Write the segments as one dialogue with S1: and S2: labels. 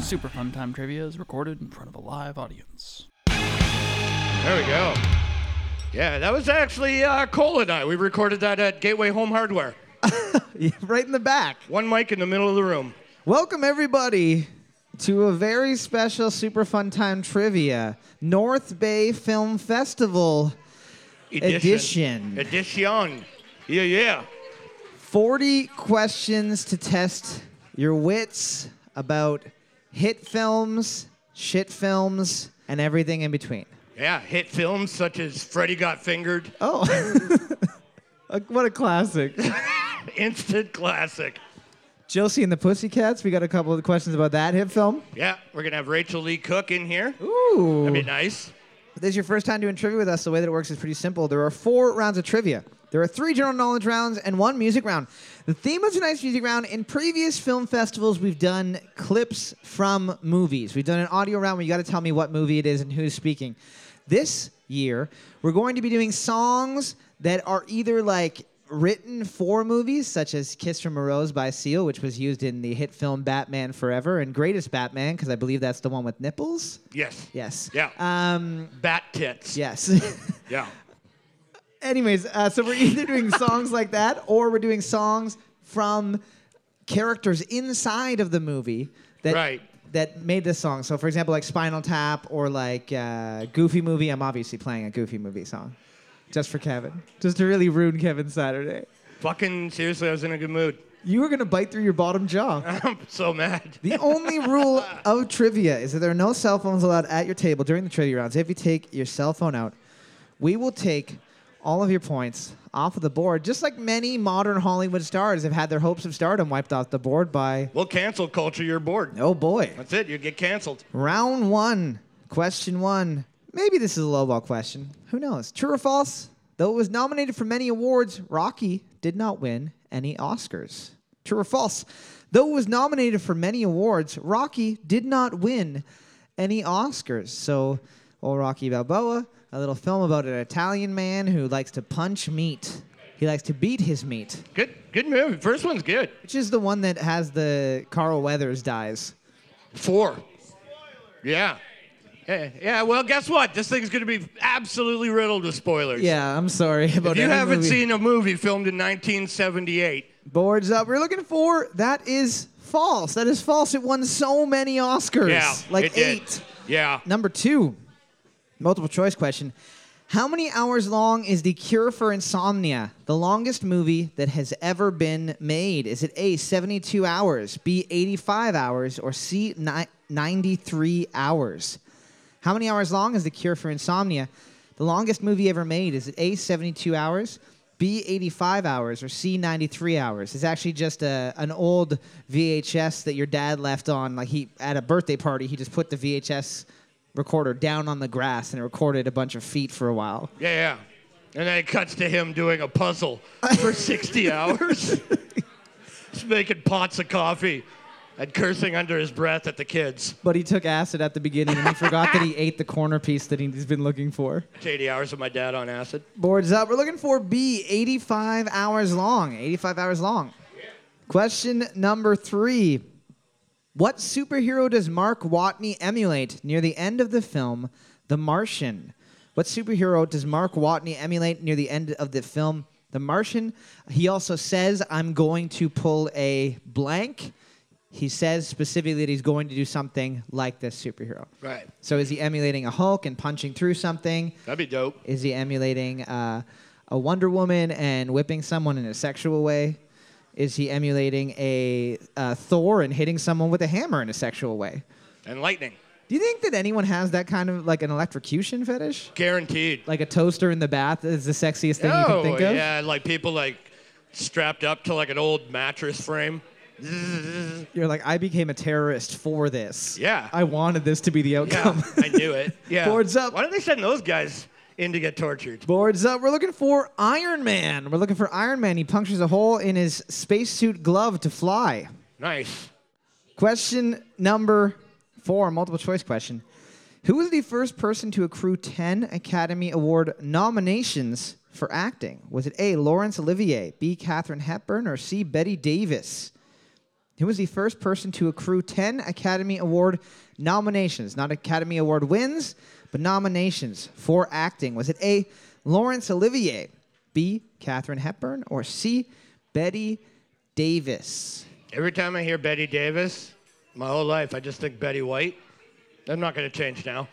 S1: Super Fun Time Trivia is recorded in front of a live audience.
S2: There we go. Yeah, that was actually uh, Cole and I. We recorded that at Gateway Home Hardware.
S3: right in the back.
S2: One mic in the middle of the room.
S3: Welcome, everybody, to a very special Super Fun Time Trivia North Bay Film Festival Edition.
S2: Edition. Yeah, yeah.
S3: 40 questions to test your wits about hit films, shit films, and everything in between.
S2: Yeah, hit films such as Freddy Got Fingered,
S3: Oh, Uh, what a classic.
S2: instant classic.
S3: Josie and the Pussycats, we got a couple of questions about that hit film.
S2: Yeah, we're going to have Rachel Lee Cook in here.
S3: Ooh.
S2: That'd be nice.
S3: If this is your first time doing trivia with us, the way that it works is pretty simple. There are four rounds of trivia. There are three general knowledge rounds and one music round. The theme of tonight's music round in previous film festivals, we've done clips from movies. We've done an audio round where you got to tell me what movie it is and who's speaking. This year, we're going to be doing songs that are either like written for movies, such as Kiss from a Rose by Seal, which was used in the hit film Batman Forever and Greatest Batman, because I believe that's the one with nipples.
S2: Yes.
S3: Yes.
S2: Yeah.
S3: Um,
S2: Bat tits.
S3: yes.
S2: Yeah.
S3: Anyways, uh, so we're either doing songs like that or we're doing songs from characters inside of the movie that
S2: Right.
S3: that made this song. So, for example, like Spinal Tap or like uh, Goofy Movie. I'm obviously playing a Goofy Movie song just for Kevin, just to really ruin Kevin's Saturday.
S2: Fucking seriously, I was in a good mood.
S3: You were gonna bite through your bottom jaw.
S2: I'm so mad.
S3: The only rule of trivia is that there are no cell phones allowed at your table during the trivia rounds. If you take your cell phone out, we will take all of your points off of the board, just like many modern Hollywood stars have had their hopes of stardom wiped off the board by,
S2: We'll cancel culture. You're bored.
S3: oh boy.
S2: That's it. You get canceled.
S3: Round one, question one. Maybe this is a lowball question. Who knows? True or false? Though it was nominated for many awards, Rocky did not win any Oscars. True or false? Though it was nominated for many awards, Rocky did not win any Oscars. So, old Rocky Balboa, a little film about an Italian man who likes to punch meat. He likes to beat his meat,
S2: Good. Good movie. First one's good.
S3: which is the one that has the Carl Weathers dies.
S2: Four. Yeah. Yeah, yeah, well, guess what? This thing's going to be absolutely riddled with spoilers.
S3: Yeah, I'm sorry about
S2: If you
S3: any
S2: haven't
S3: movie.
S2: seen a movie filmed in 1978,
S3: Boards up. We're looking for that is false. That is false. It won so many Oscars.
S2: yeah,
S3: like
S2: it did.
S3: eight.
S2: Yeah,
S3: Number two, multiple choice question. How many hours long is The Cure for Insomnia, the longest movie that has ever been made? Is it A, 72 hours, B, 85 hours, or C, ni- 93 hours? How many hours long is The Cure for Insomnia, the longest movie ever made? Is it A, 72 hours, B, 85 hours, or C, 93 hours? It's actually just a, an old VHS that your dad left on. Like he, at a birthday party, he just put the VHS recorder down on the grass and it recorded a bunch of feet for a while.
S2: yeah, yeah. And then it cuts to him doing a puzzle for 60 hours. Just making pots of coffee and cursing under his breath at the kids.
S3: But he took acid at the beginning and he forgot that he ate the corner piece that he's been looking for.
S2: It's 80 hours of my dad on acid.
S3: Boards up. We're looking for B, 85 hours long. 85 hours long. Question number three. What superhero does Mark Watney emulate near the end of the film The Martian? What superhero does Mark Watney emulate near the end of the film The Martian? He also says, I'm going to pull a blank. He says specifically that he's going to do something like this superhero.
S2: Right.
S3: So is he emulating a Hulk and punching through something?
S2: That'd be dope.
S3: Is he emulating uh, a Wonder Woman and whipping someone in a sexual way? Is he emulating a uh, Thor and hitting someone with a hammer in a sexual way?
S2: And lightning.
S3: Do you think that anyone has that kind of like an electrocution fetish?
S2: Guaranteed.
S3: Like a toaster in the bath is the sexiest thing you can
S2: oh,
S3: think of?
S2: yeah, like people like strapped up to like an old mattress frame.
S3: You're like, I became a terrorist for this.
S2: Yeah.
S3: I wanted this to be the
S2: Yeah,
S3: outcome.
S2: I knew it. Yeah.
S3: Boards up.
S2: Why don't they send those guys in to get tortured?
S3: Boards up. We're looking for Iron Man. We're looking for Iron Man. He punctures a hole in his spacesuit glove to fly.
S2: Nice.
S3: Question number four, multiple choice question. Who was the first person to accrue 10 Academy Award nominations for acting? Was it A, Laurence Olivier, B, Katherine Hepburn, or C, Betty Davis? He was the first person to accrue 10 Academy Award nominations, not Academy Award wins, but nominations for acting. Was it A, Laurence Olivier, B, Katherine Hepburn, or C, Betty Davis?
S2: Every time I hear Betty Davis, my whole life, I just think Betty White. I'm not going to change now.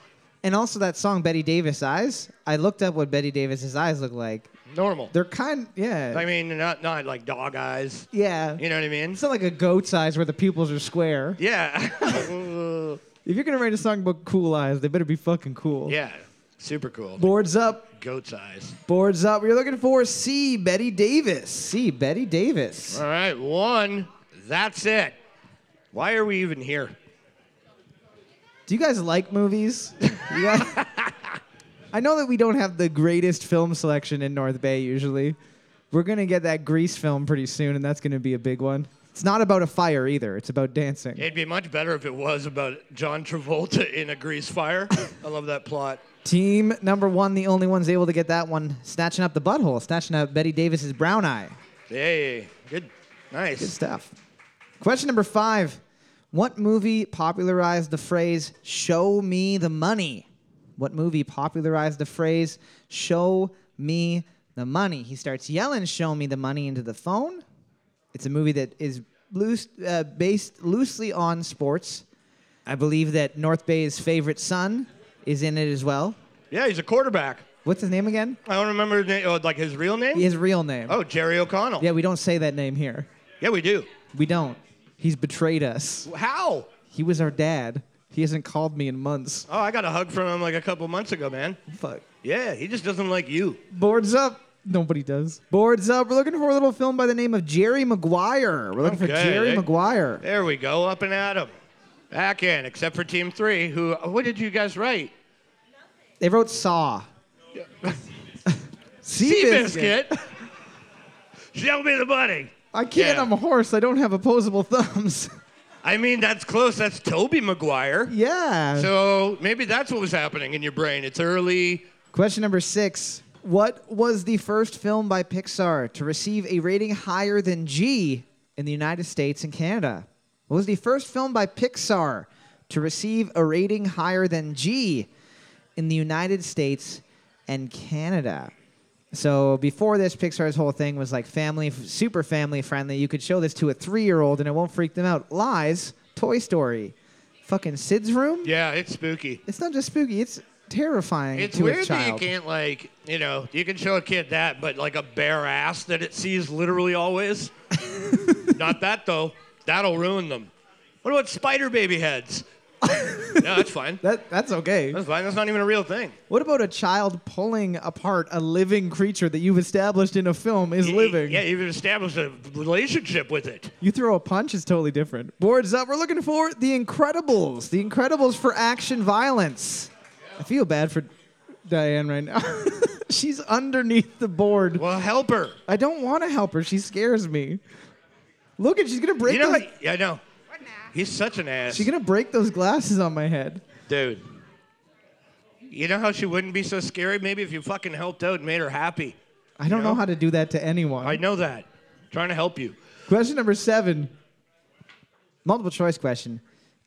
S3: And also that song Betty Davis Eyes. I looked up what Betty Davis's eyes look like.
S2: Normal.
S3: They're kind, yeah,
S2: I mean, not not like dog eyes.
S3: yeah.
S2: You know what I mean?
S3: It's not like a goat's eyes where the pupils are square.
S2: Yeah.
S3: If you're gonna write a song about cool eyes, they better be fucking cool.
S2: yeah. Super cool.
S3: Boards up,
S2: Goat's eyes.
S3: boards up. You're looking for C. Betty Davis. C. Betty Davis.
S2: All right, one. That's it. Why are we even here?
S3: Do you guys like movies? You guys- I know that we don't have the greatest film selection in North Bay usually. We're gonna get that Grease film pretty soon, and that's gonna be a big one. It's not about a fire either. It's about dancing.
S2: It'd be much better if it was about John Travolta in a grease fire. I love that plot.
S3: Team number one, the only ones able to get that one, snatching up the butthole, snatching up Betty Davis's brown eye.
S2: Hey, good.
S3: Good
S2: Nice.
S3: stuff. Question number five What movie popularized the phrase, show me the money? What movie popularized the phrase, show me the money? He starts yelling, show me the money into the phone. It's a movie that is loose, uh, based loosely on sports. I believe that North Bay's favorite son is in it as well.
S2: Yeah, he's a quarterback.
S3: What's his name again?
S2: I don't remember his name, oh, like his real name.
S3: His real name.
S2: Oh, Jerry O'Connell.
S3: Yeah, we don't say that name here.
S2: Yeah, we do.
S3: We don't. He's betrayed us.
S2: How?
S3: He was our dad. He hasn't called me in months.
S2: Oh, I got a hug from him like a couple months ago, man.
S3: Fuck.
S2: Yeah, he just doesn't like you.
S3: Boards up. Nobody does. Boards up. We're looking for a little film by the name of Jerry Maguire. We're looking for
S2: Okay,
S3: Jerry
S2: eh?
S3: Maguire.
S2: There we go, up and at him. Back in, except for Team Three, who, what did you guys write?
S3: They wrote Saw. Seabiscuit.
S2: Seabiscuit. Show me the money.
S3: I can't.
S2: Yeah.
S3: I'm a horse. I don't have opposable thumbs.
S2: I mean, that's close. That's Toby Maguire.
S3: yeah.
S2: So maybe that's what was happening in your brain. It's early.
S3: Question number six. What was the first film by Pixar to receive a rating higher than G in the United States and Canada? What was the first film by Pixar to receive a rating higher than G in the United States and Canada? So before this, Pixar's whole thing was like family, super family friendly. You could show this to a three year old and it won't freak them out. Lies, Toy Story, fucking Sid's Room.
S2: Yeah, it's spooky.
S3: It's not just spooky, it's terrifying
S2: It's
S3: to a
S2: weird
S3: child.
S2: that you can't like, you know, you can show a kid that, but like a bare ass that it sees literally always. Not that though. That'll ruin them. What about spider baby heads? no, that's fine.
S3: That that's okay.
S2: That's fine. That's not even a real thing.
S3: What about a child pulling apart a living creature that you've established in a film is living?
S2: Yeah, you've established a relationship with it.
S3: You throw a punch, it's totally different. Boards up. We're looking for The Incredibles. The Incredibles for action violence. I feel bad for Diane right now. She's underneath the board.
S2: Well, help her.
S3: I don't want to help her. She scares me. Look at she's gonna break
S2: You know
S3: those,
S2: what? Yeah, I know. He's such an ass.
S3: she's gonna break those glasses on my head.
S2: Dude. You know how she wouldn't be so scary? Maybe if you fucking helped out and made her happy.
S3: I don't know
S2: know?
S3: how to do that to anyone.
S2: I know that. Trying to help you.
S3: Question number seven. Multiple choice question.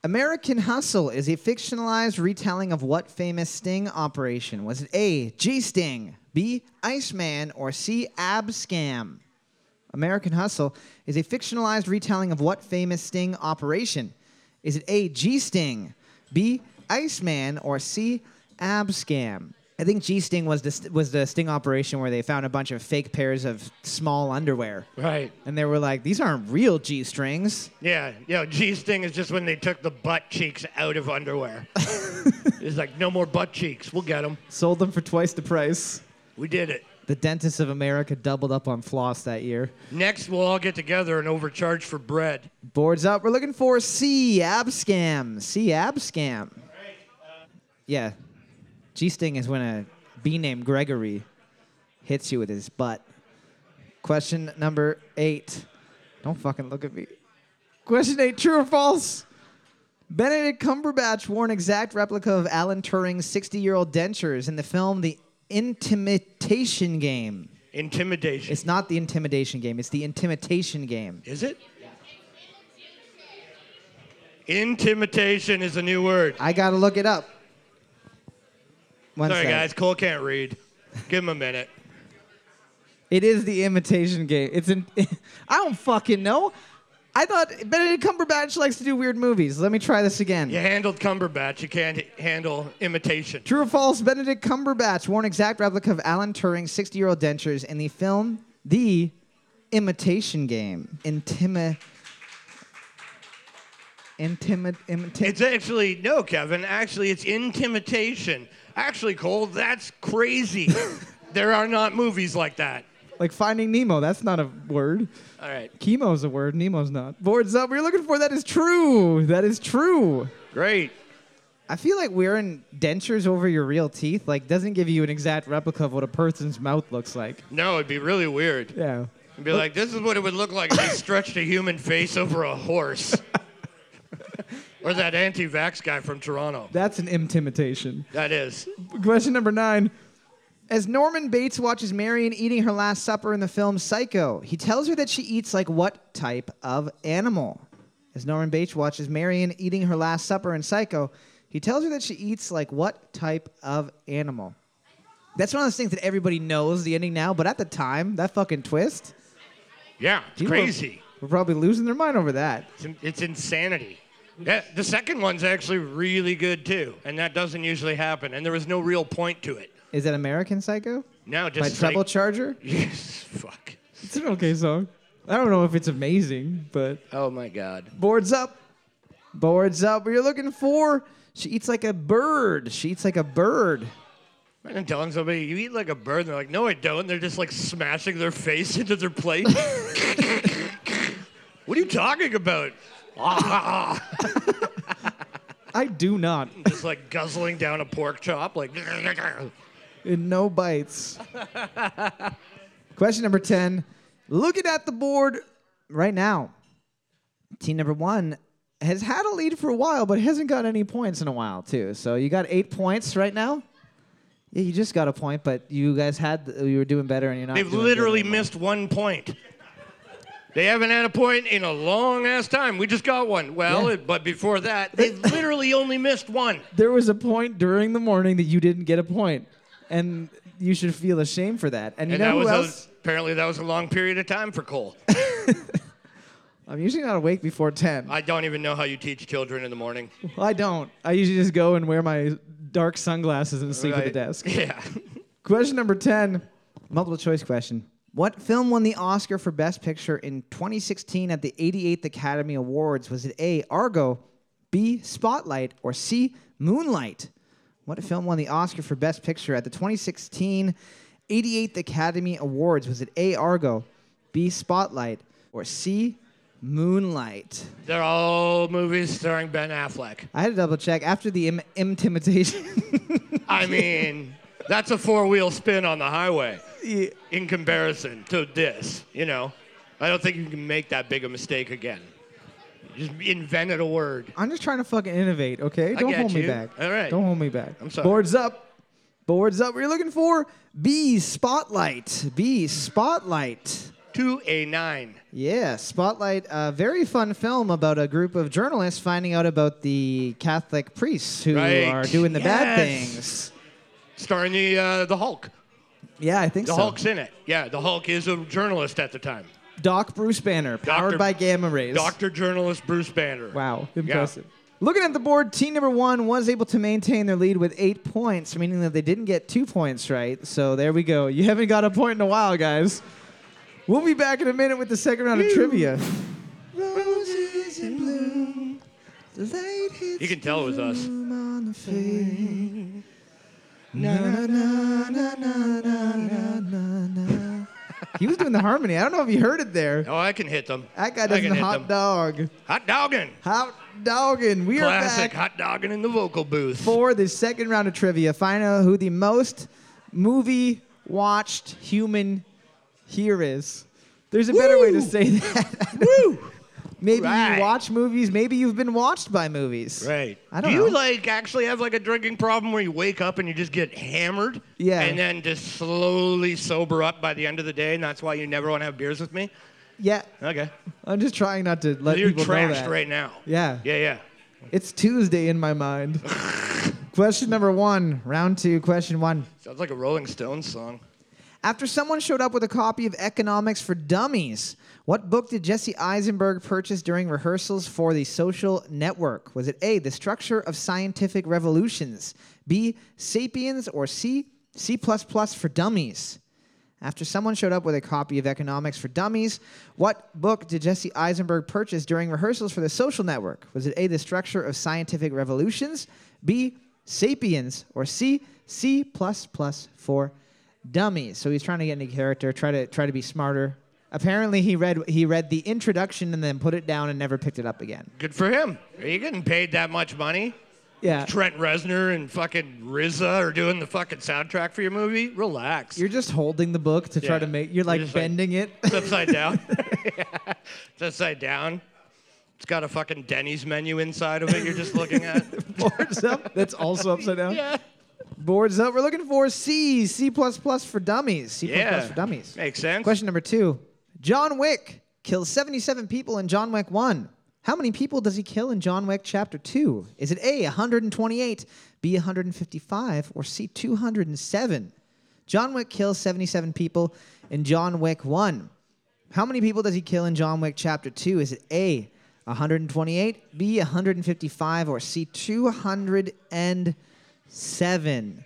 S3: American Hustle is a fictionalized retelling of what famous sting operation? Was it A, G Sting, B, Iceman, or C, Ab Scam? American Hustle is a fictionalized retelling of what famous sting operation? Is it A, G Sting, B, Iceman, or C, Ab Scam? I think G Sting was the, st- was the sting operation where they found a bunch of fake pairs of small underwear.
S2: Right.
S3: And they were like, these aren't real G strings.
S2: Yeah. Yeah. G sting is just when they took the butt cheeks out of underwear. it's like, no more butt cheeks. We'll get them.
S3: Sold them for twice the price.
S2: We did it.
S3: The dentists of America doubled up on floss that year.
S2: Next, we'll all get together and overcharge for bread.
S3: Boards up. We're looking for C ab scam. C ab scam. Yeah. G sting is when a bee named Gregory hits you with his butt. Question number eight. Don't fucking look at me. Question eight true or false? Benedict Cumberbatch wore an exact replica of Alan Turing's 60 year old dentures in the film The Intimidation Game.
S2: Intimidation.
S3: It's not The Intimidation Game, it's The Intimidation Game.
S2: is it? Intimidation is a new word.
S3: I gotta look it up. One
S2: Sorry,
S3: sec.
S2: guys. Cole can't read. Give him a minute.
S3: It is the imitation game. It's an. I don't fucking know. I thought Benedict Cumberbatch likes to do weird movies. Let me try this again.
S2: You handled Cumberbatch. You can't h- handle imitation.
S3: True or false? Benedict Cumberbatch wore an exact replica of Alan Turing's 60-year-old dentures in the film The Imitation Game. Intimi. Intimid. Imita-
S2: It's actually, no, Kevin. Actually, it's intimidation. Actually, Cole, that's crazy. there are not movies like that.
S3: like Finding Nemo. That's not a word.
S2: All right.
S3: Chemo's a word. Nemo's not. Boards up. We're looking for. That is true. That is true.
S2: Great.
S3: I feel like wearing dentures over your real teeth like doesn't give you an exact replica of what a person's mouth looks like.
S2: No, it'd be really weird.
S3: Yeah.
S2: It'd be like, this is what it would look like if you stretched a human face over a horse. or that anti vax guy from Toronto.
S3: That's an imitation.
S2: That is.
S3: Question number nine. As Norman Bates watches Marion eating her last supper in the film Psycho, he tells her that she eats like what type of animal? As Norman Bates watches Marion eating her last supper in Psycho, he tells her that she eats like what type of animal? That's one of those things that everybody knows the ending now, but at the time, that fucking twist,
S2: Yeah, it's
S3: People-
S2: crazy.
S3: we're probably losing their mind over that.
S2: It's, in- it's insanity. Yeah, the second one's actually really good too, and that doesn't usually happen. And there was no real point to it.
S3: Is that American Psycho?
S2: Now
S3: By
S2: just
S3: Treble
S2: like,
S3: Charger?
S2: yes, fuck.
S3: It's an okay song. I don't know if it's amazing, but
S2: Oh my god.
S3: boards up. Boards up. What you're looking for? She eats like a bird. She eats like a bird.
S2: Imagine telling somebody you eat like a bird, and they're like, "No, I don't." And they're just like smashing their face into their plate. what are you talking about? Ah,
S3: I do not.
S2: just like guzzling down a pork chop, like.
S3: In no bites. Question number 10. Looking at the board right now. Team number one has had a lead for a while, but hasn't got any points in a while, too. So you got eight points right now. Yeah, you just got a point, but you guys had you were doing better, and you're not.
S2: They've
S3: doing good
S2: literally
S3: anymore.
S2: missed one point. They haven't had a point in a long ass time. We just got one. Well,
S3: Yeah.
S2: it, but before that, they literally only missed one.
S3: There was a point during the morning that you didn't get a point, and you should feel ashamed for that. And you
S2: And
S3: know
S2: that
S3: who
S2: was
S3: else?
S2: a, apparently that was a long period of time for Cole.
S3: i I'm usually not awake before ten.
S2: I don't even know how you teach children in the morning.
S3: Well, I don't. I usually just go and wear my dark sunglasses and sleep at the
S2: Right.
S3: desk.
S2: Yeah.
S3: Question number 10, multiple choice question. What film won the Oscar for Best Picture in 2016 at the 88th Academy Awards? Was it A, Argo, B, Spotlight, or C, Moonlight? What film won the Oscar for Best Picture at the 2016 88th Academy Awards? Was it A, Argo, B, Spotlight, or C, Moonlight?
S2: They're all movies starring Ben Affleck.
S3: I had to double check after the im- intimidation.
S2: I mean, that's a four wheel spin on the highway in comparison to this, you know? I don't think you can make that big a mistake again. You just invented a word.
S3: I'm just trying to fucking innovate, okay? Don't
S2: get
S3: hold me
S2: you.
S3: back.
S2: All right.
S3: Don't hold me back.
S2: I'm sorry.
S3: Boards up. Boards up. We're looking for B Spotlight. B Spotlight.
S2: to a nine.
S3: Yeah, Spotlight, a very fun film about a group of journalists finding out about the Catholic priests who
S2: Right.
S3: are doing the bad
S2: Yes.
S3: things.
S2: Starring the uh, the Hulk.
S3: Yeah, I think
S2: The
S3: so.
S2: Hulk's in it. Yeah, the Hulk is a journalist at the time.
S3: Doc Bruce Banner, powered
S2: Dr.
S3: by gamma rays.
S2: Doctor journalist Bruce Banner.
S3: Wow, impressive. Looking at the board, team number one was able to maintain their lead with eight points, meaning that they didn't get two points right. So there we go. You haven't got a point in a while, guys. We'll be back in a minute with the second round of trivia. Roses in bloom, the light hits
S2: You can tell it was us.
S3: bloom on the face. Na, na, na, na, na, na, na, na, na. He was doing the harmony. I don't know if you heard it there.
S2: Oh, I can hit them.
S3: That guy
S2: I
S3: does
S2: can
S3: a
S2: hit
S3: hot
S2: them.
S3: dog.
S2: Hot dogging.
S3: Hot dogging. We are
S2: Classic
S3: back
S2: hot dogging in the vocal booth.
S3: for the second round of trivia. Find out who the most movie watched human here is. There's a better way to
S2: Woo!
S3: say that. Woo! Maybe
S2: Right.
S3: you watch movies. Maybe you've been watched by movies.
S2: Right.
S3: I don't
S2: Do you
S3: know.
S2: like actually have like a drinking problem where you wake up and you just get hammered?
S3: Yeah.
S2: And then just slowly sober up by the end of the day, and that's why you never want to have beers with me.
S3: Yeah,
S2: Okay.
S3: I'm just trying not to let
S2: You're
S3: people know
S2: trashed
S3: that.
S2: right now.
S3: Yeah.
S2: Yeah, yeah.
S3: It's Tuesday in my mind. question number one, round two, question one.
S2: Sounds like a Rolling Stones song.
S3: After someone showed up with a copy of Economics for Dummies, what book did Jesse Eisenberg purchase during rehearsals for the social network? Was it A, The Structure of Scientific Revolutions, B, Sapiens, or C, C for Dummies? After someone showed up with a copy of Economics for Dummies, what book did Jesse Eisenberg purchase during rehearsals for the social network? Was it A, The Structure of Scientific Revolutions, B, Sapiens, or C, C for dummies. So he's trying to get into character, try to try to be smarter. Apparently he read he read the introduction and then put it down and never picked it up again.
S2: Good for him. Are you getting paid that much money?
S3: Yeah.
S2: Trent Reznor and fucking RZA are doing the fucking soundtrack for your movie. Relax.
S3: You're just holding the book to try
S2: Yeah.
S3: to make you're like
S2: You're just like-
S3: bending it.
S2: it's upside down. It's upside down. It's got a fucking Denny's menu inside of it. You're just looking at.
S3: Uh, Boards up. That's also upside down. Boards up. We're looking for C, C plus plus for dummies. C plus
S2: Yeah.
S3: plus for dummies.
S2: Makes sense.
S3: Question number two. John Wick kills 77 people in John Wick 1. How many people does he kill in John Wick Chapter 2? Is it A, 128, B, 155, or C, 207? John Wick kills 77 people in John Wick 1. How many people does he kill in John Wick Chapter 2? Is it A, 128, B, 155, or C, 207?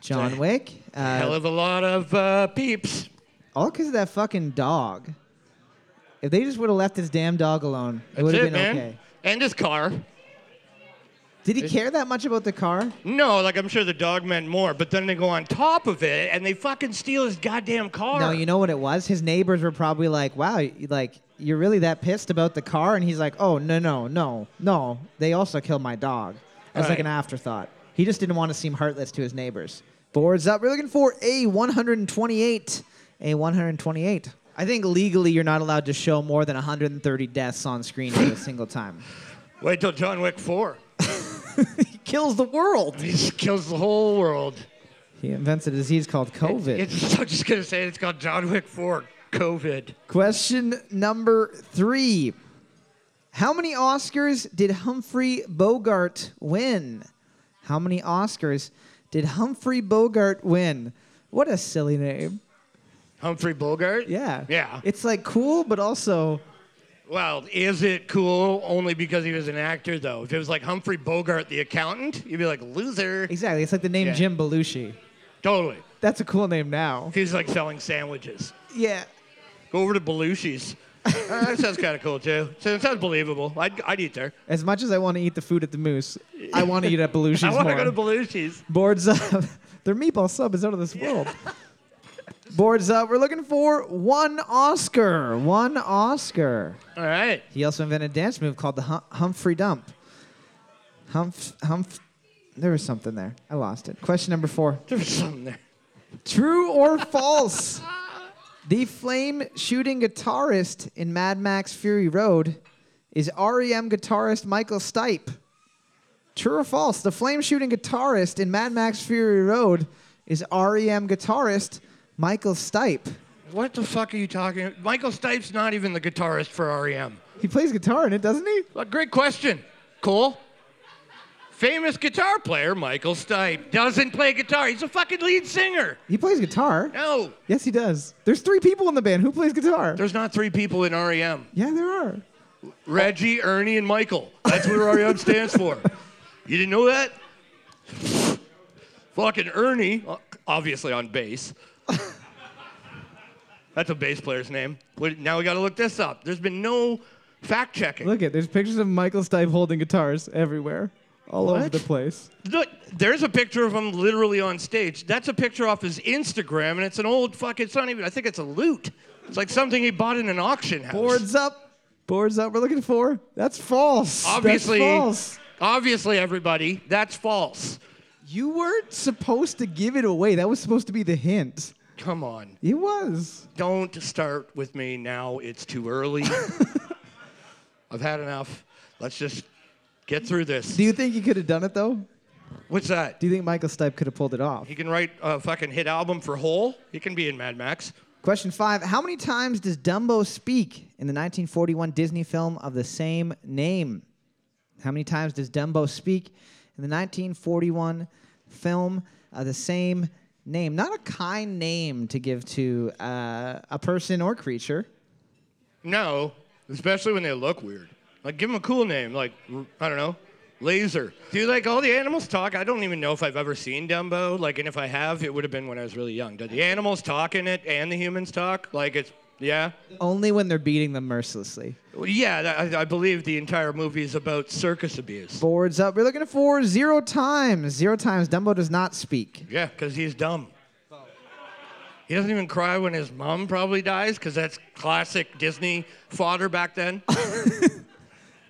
S3: John Wick. Uh,
S2: Hell of a lot of uh, peeps.
S3: all because of that fucking dog. If they just would have left this damn dog alone, it would
S2: That's
S3: have
S2: it, man.
S3: been okay.
S2: And his car.
S3: Did he care that much about the car?
S2: No, like I'm sure the dog meant more, but then they go on top of it and they fucking steal his goddamn car.
S3: No, you know what it was? His neighbors were probably like, wow, you- like, you're really that pissed about the car? And he's like, oh, no, no, no, no. They also killed my dog. That's like
S2: Right.
S3: an afterthought. He just didn't want to seem heartless to his neighbors. Boards up. We're looking for A128. A128. I think legally you're not allowed to show more than 130 deaths on screen at a single time.
S2: Wait till John Wick 4.
S3: He kills the world.
S2: He just kills the whole world.
S3: He invents a disease called COVID.
S2: It's, I'm just gonna say it's called John Wick 4 COVID.
S3: Question number three How many Oscars did Humphrey Bogart win? How many Oscars did Humphrey Bogart win? What a silly name.
S2: Humphrey Bogart?
S3: Yeah.
S2: Yeah.
S3: It's like cool, but also,
S2: Well, is it cool only because he was an actor, though? If it was like Humphrey Bogart, the accountant, you'd be like, loser.
S3: exactly. It's like the name
S2: Yeah.
S3: Jim Belushi.
S2: Totally.
S3: That's a cool name now.
S2: He's like selling sandwiches.
S3: Yeah.
S2: Go over to Belushi's. Uh, that sounds kind of cool, too. So it sounds believable. I'd, I'd eat there.
S3: As much as I want to eat the food at the Moose, I want to eat at Belushi's.
S2: I want to go
S3: more.
S2: to Belushi's.
S3: Boards up. Their meatball sub is out of this world. Boards up. We're looking for one Oscar. One Oscar.
S2: All right.
S3: He also invented a dance move called the hum- Humphrey Dump. Humph, humph. There was something there. I lost it. Question number four.
S2: There's something there.
S3: True or false? the flame shooting guitarist in Mad Max Fury Road is REM guitarist Michael Stipe. True or false? The flame shooting guitarist in Mad Max Fury Road is REM guitarist Michael Stipe.
S2: What the fuck are you talking? Michael Stipe's not even the guitarist for E REM.
S3: He plays guitar in it, doesn't he?
S2: Well, great question. Cole. Famous guitar player Michael Stipe doesn't play guitar. He's a fucking lead singer.
S3: He plays guitar.
S2: No,
S3: Yes, he does. There's three people in the band. Who plays guitar?
S2: there's not three people in REM.
S3: yeah, there are.
S2: Reggie, Ernie, and Michael. That's what REM stands for. You didn't know that? Fucking Ernie, o- obviously on bass. That's a bass player's name. Wait, Now we got to look this up. There's been no fact checking.
S3: Look at there's pictures of Michael Stipe holding guitars everywhere, all over
S2: What?
S3: the place.
S2: Look, there's a picture of him literally on stage. That's a picture off his Instagram, and it's an old fucking. It's not even. I think it's a lute. It's like something he bought in an auction house.
S3: Boards up. Boards up. We're looking for. That's false. That's
S2: Obviously,
S3: false.
S2: obviously, everybody, that's false.
S3: You weren't supposed to give it away. That was supposed to be the hint.
S2: Come on,
S3: It was.
S2: don't start with me now. It's too early. I've had enough. Let's just get through this.
S3: Do you think you could have done it though?
S2: What's that?
S3: Do you think Michael Stipe could have pulled it off?
S2: He can write a fucking hit album for Hole. He can be in Mad Max.
S3: Question five: How many times does Dumbo speak in the 1941 Disney film of the same name? How many times does Dumbo speak in the 1941 film uh, the same name? Not a kind name to give to uh, a person or creature.
S2: No, especially when they look weird. Like, give them a cool name. Like, r- I don't know, Laser. Dude, like all the animals talk. I don't even know if I've ever seen Dumbo. Like, and if I have, it would have been when I was really young. Do the animals talk in it and the humans talk? Like, it's yeah,
S3: Only when they're beating them mercilessly.
S2: Well, yeah. that- I, I believe the entire movie is about circus abuse.
S3: Boards up. We're looking for zero times. Zero times. Dumbo does not speak.
S2: Yeah, because he's dumb. He doesn't even cry when his mom probably dies, because that's classic Disney fodder back then.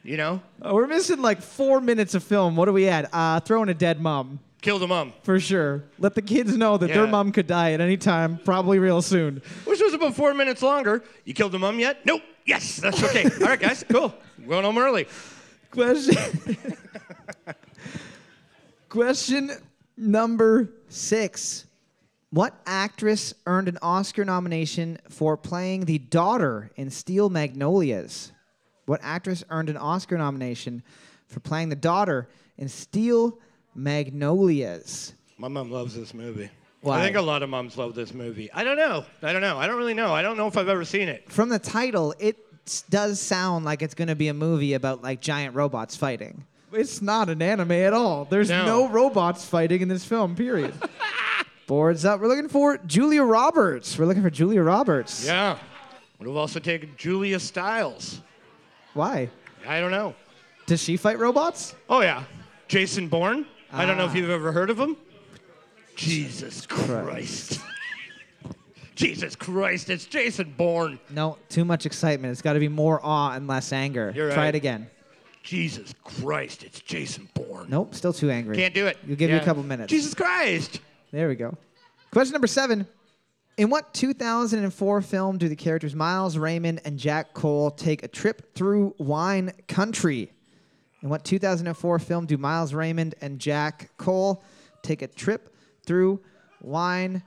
S2: you know,
S3: Oh, we're missing like four minutes of film. What do we add? Uh, throw in a dead mom.
S2: kill the mom.
S3: For sure. Let the kids know that their
S2: Yeah.
S3: mom could die at any time, probably real soon.
S2: Which was about four minutes longer. You killed the mom yet? Nope. Yes, that's okay. All right, guys, cool. Going home early.
S3: Question. Question number six. What actress earned an Oscar nomination for playing the daughter in Steel Magnolias? What actress earned an Oscar nomination for playing the daughter in Steel Magnolias?
S2: My mom loves this movie.
S3: Why?
S2: I think a lot of moms love this movie. I don't know. I don't know. I don't really know. I don't know if I've ever seen it.
S3: From the title, it s- does sound like it's going to be a movie about like giant robots fighting. It's not an anime at all. There's
S2: No.
S3: no robots fighting in this film, period. Boards up. We're looking for Julia Roberts. We're looking for Julia Roberts.
S2: Yeah. Would have also taken Julia Stiles.
S3: Why?
S2: I don't know.
S3: Does she fight robots?
S2: Oh yeah, Jason Bourne. I don't know if you've ever heard of him. Jesus Christ. Jesus Christ, it's Jason Bourne.
S3: No, too much excitement. It's got to be more awe and less anger.
S2: You're
S3: Try
S2: right.
S3: it again.
S2: Jesus Christ, it's Jason Bourne.
S3: Nope, still too angry.
S2: Can't do it.
S3: We'll give you a
S2: Yeah.
S3: couple minutes.
S2: Jesus Christ.
S3: There we go. Question number seven. In what 2004 film do the characters Miles Raymond and Jack Cole take a trip through wine country? In what 2004 film do Miles Raymond and Jack Cole take a trip through wine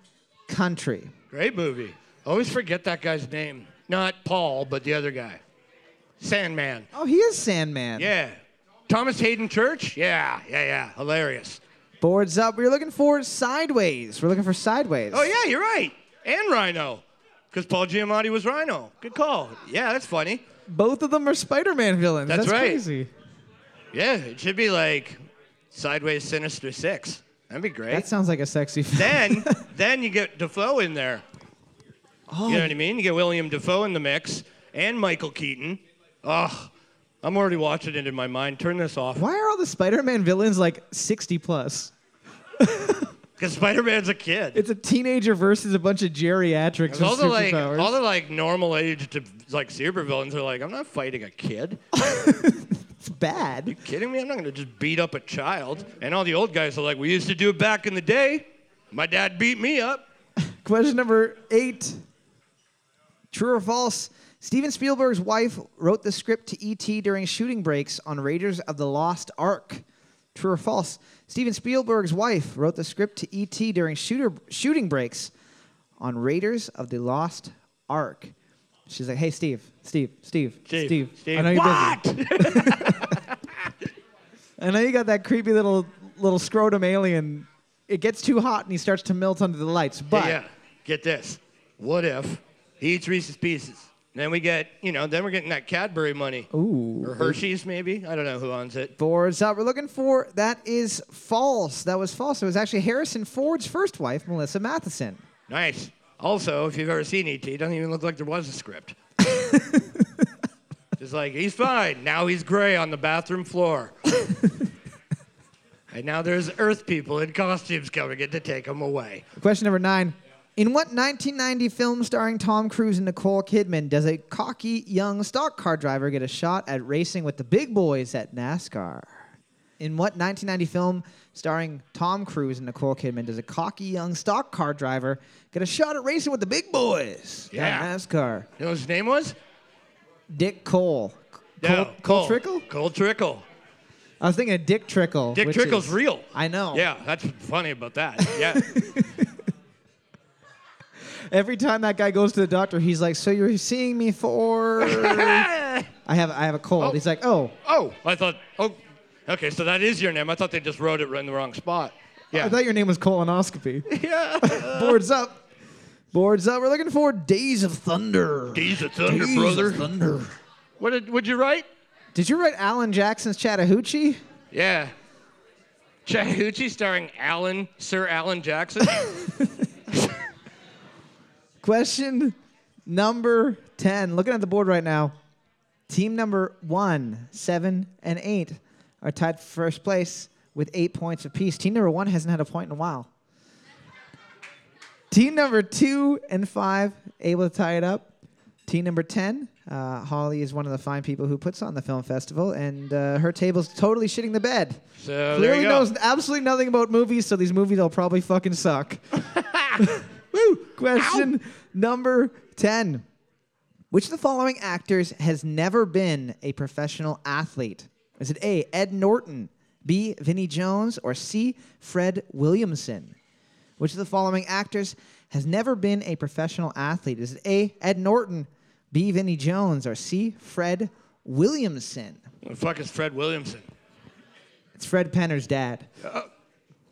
S3: country?
S2: Great movie. Always forget that guy's name. Not Paul, but the other guy. Sandman.
S3: Oh, he is Sandman.
S2: Yeah. Thomas Hayden Church? Yeah, yeah, yeah. Hilarious.
S3: Boards up. We're looking for Sideways. We're looking for Sideways.
S2: Oh, yeah, you're right. And Rhino. Because Paul Giamatti was Rhino. Good call. Yeah, that's funny.
S3: Both of them are Spider-Man villains.
S2: That's
S3: That's,
S2: right.
S3: crazy.
S2: Yeah, it should be like Sideways Sinister Six. That'd be great.
S3: That sounds like a sexy film.
S2: then, then you get Defoe in there.
S3: oh,
S2: You know what I mean? You get William Defoe in the mix and Michael Keaton. Ugh, I'm already watching it in my mind. Turn this off.
S3: Why are all the Spider-Man villains like 60 plus?
S2: Because Spider Man's a kid.
S3: It's a teenager versus a bunch of geriatrics with
S2: all the like,
S3: superpowers.
S2: all the like normal aged like supervillains are like, I'm not fighting a kid.
S3: it's bad.
S2: kidding me? I'm not gonna just beat up a child. And all the old guys are like, we used to do it back in the day. My dad beat me up.
S3: Question number eight. True or false? Steven Spielberg's wife wrote the script to E.T. during shooting breaks on Raiders of the Lost Ark. True or false? Steven Spielberg's wife wrote the script to E.T. during shooter shooting breaks on Raiders of the Lost Ark. She's like, "Hey, Steve, Steve, Steve, Steve, I know you're busy.
S2: what?
S3: I know you got that creepy little little scrotum alien. It gets too hot and he starts to melt under the lights. But
S2: yeah, yeah. Get this. What if he eats Reese's Pieces? Then we get, you know, then we're getting that Cadbury money.
S3: ooh,
S2: Or Hershey's, maybe. I don't know who owns it.
S3: boards up. We're looking for that is false. That was false. It was actually Harrison Ford's first wife, Melissa Matheson.
S2: Nice. Also, if you've ever seen E.T., it doesn't even look like there was a script. Just like, he's fine. Now he's gray on the bathroom floor. and now there's Earth people in costumes coming in to take him away.
S3: Question number nine. In what 1990 film starring Tom Cruise and Nicole Kidman does a cocky young stock car driver get a shot at racing with the big boys at NASCAR? In what 1990 film starring Tom Cruise and Nicole Kidman does a cocky young stock car driver get a shot at racing with the big boys
S2: Yeah.
S3: at NASCAR?
S2: You know what his name was?
S3: Dick Cole.
S2: No,
S3: Cole, Cole Trickle?
S2: Cole Trickle.
S3: I was thinking of Dick Trickle.
S2: Dick
S3: which
S2: Trickle's
S3: is-
S2: real.
S3: I know.
S2: Yeah, that's funny about that. Yeah.
S3: Every time that guy goes to the doctor, he's like, "So you're seeing me for?" I have I have a cold. He's like, "Oh,
S2: oh, I thought, oh, Okay, so that is your name. I thought they just wrote it in the wrong spot. Yeah.
S3: I thought your name was colonoscopy.
S2: yeah.
S3: Boards up. Boards up. We're looking for Days of Thunder.
S2: Days of Thunder,
S3: Days of
S2: brother.
S3: Thunder.
S2: What did would you write?
S3: Did you write Alan Jackson's Chattahoochee?
S2: Yeah. Chattahoochee starring Alan, Sir Alan Jackson.
S3: Question number 10. Looking at the board right now, team number one, seven, and eight are tied for first place with eight points apiece. Team number one hasn't had a point in a while. Team number two and five able to tie it up. Team number 10, uh, Holly is one of the fine people who puts on the film festival, and uh, her table's totally shitting the bed.
S2: So there
S3: Clearly
S2: you go.
S3: knows absolutely nothing about movies, so these movies will probably fucking suck. Woo! Question number 10. Which of the following actors has never been a professional athlete? Is it A, Ed Norton, B, Vinnie Jones, or C, Fred Williamson? Which of the following actors has never been a professional athlete? Is it A, Ed Norton, B, Vinnie Jones, or C, Fred Williamson?
S2: Who the fuck is Fred Williamson?
S3: It's Fred Penner's dad.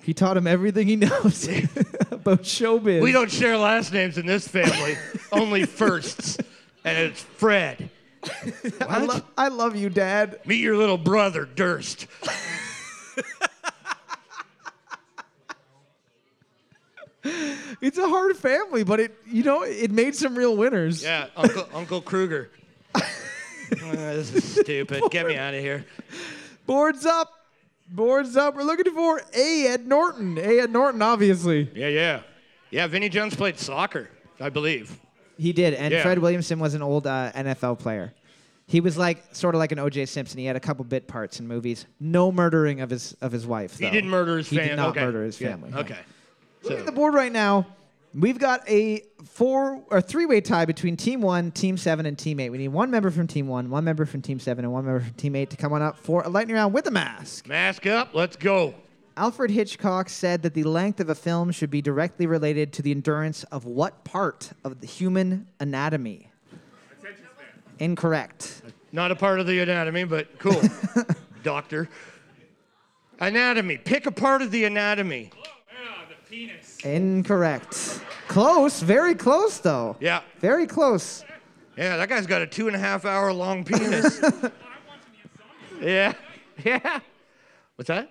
S3: He taught him everything he knows about showbiz.
S2: We don't share last names in this family, only firsts. And it's Fred.
S3: I, lo- I love you, Dad.
S2: Meet your little brother, Durst.
S3: It's a hard family, but it you know it made some real winners.
S2: Yeah, Uncle, Uncle Kruger. Uh, this is stupid. Get me out of here.
S3: Boards up, boards up. We're looking for A. Ed Norton. A. Ed Norton, obviously.
S2: Yeah, yeah. Yeah, Vinnie Jones played soccer, I believe.
S3: He did, and
S2: Yeah.
S3: Fred Williamson was an old uh, NFL player. He was like sort of like an O.J. Simpson. He had a couple bit parts in movies. No murdering of his of his wife.
S2: He
S3: though.
S2: didn't murder his
S3: He
S2: family.
S3: did not
S2: okay.
S3: murder his
S2: Yeah,
S3: family. no.
S2: Okay.
S3: Look at
S2: So,
S3: the board right now. We've got a four or three-way tie between Team One, Team Seven, and Team Eight. We need one member from Team One, one member from Team Seven, and one member from Team Eight to come on up for a lightning round with a mask.
S2: mask up. Let's go.
S3: Alfred Hitchcock said that the length of a film should be directly related to the endurance of what part of the human anatomy? Incorrect.
S2: Not a part of the anatomy, but cool. Doctor. Anatomy. Pick a part of the anatomy.
S3: Incorrect. Close. Very close, though.
S2: Yeah.
S3: Very close.
S2: Yeah, that guy's got a two and a half hour long penis. yeah. Yeah. What's that?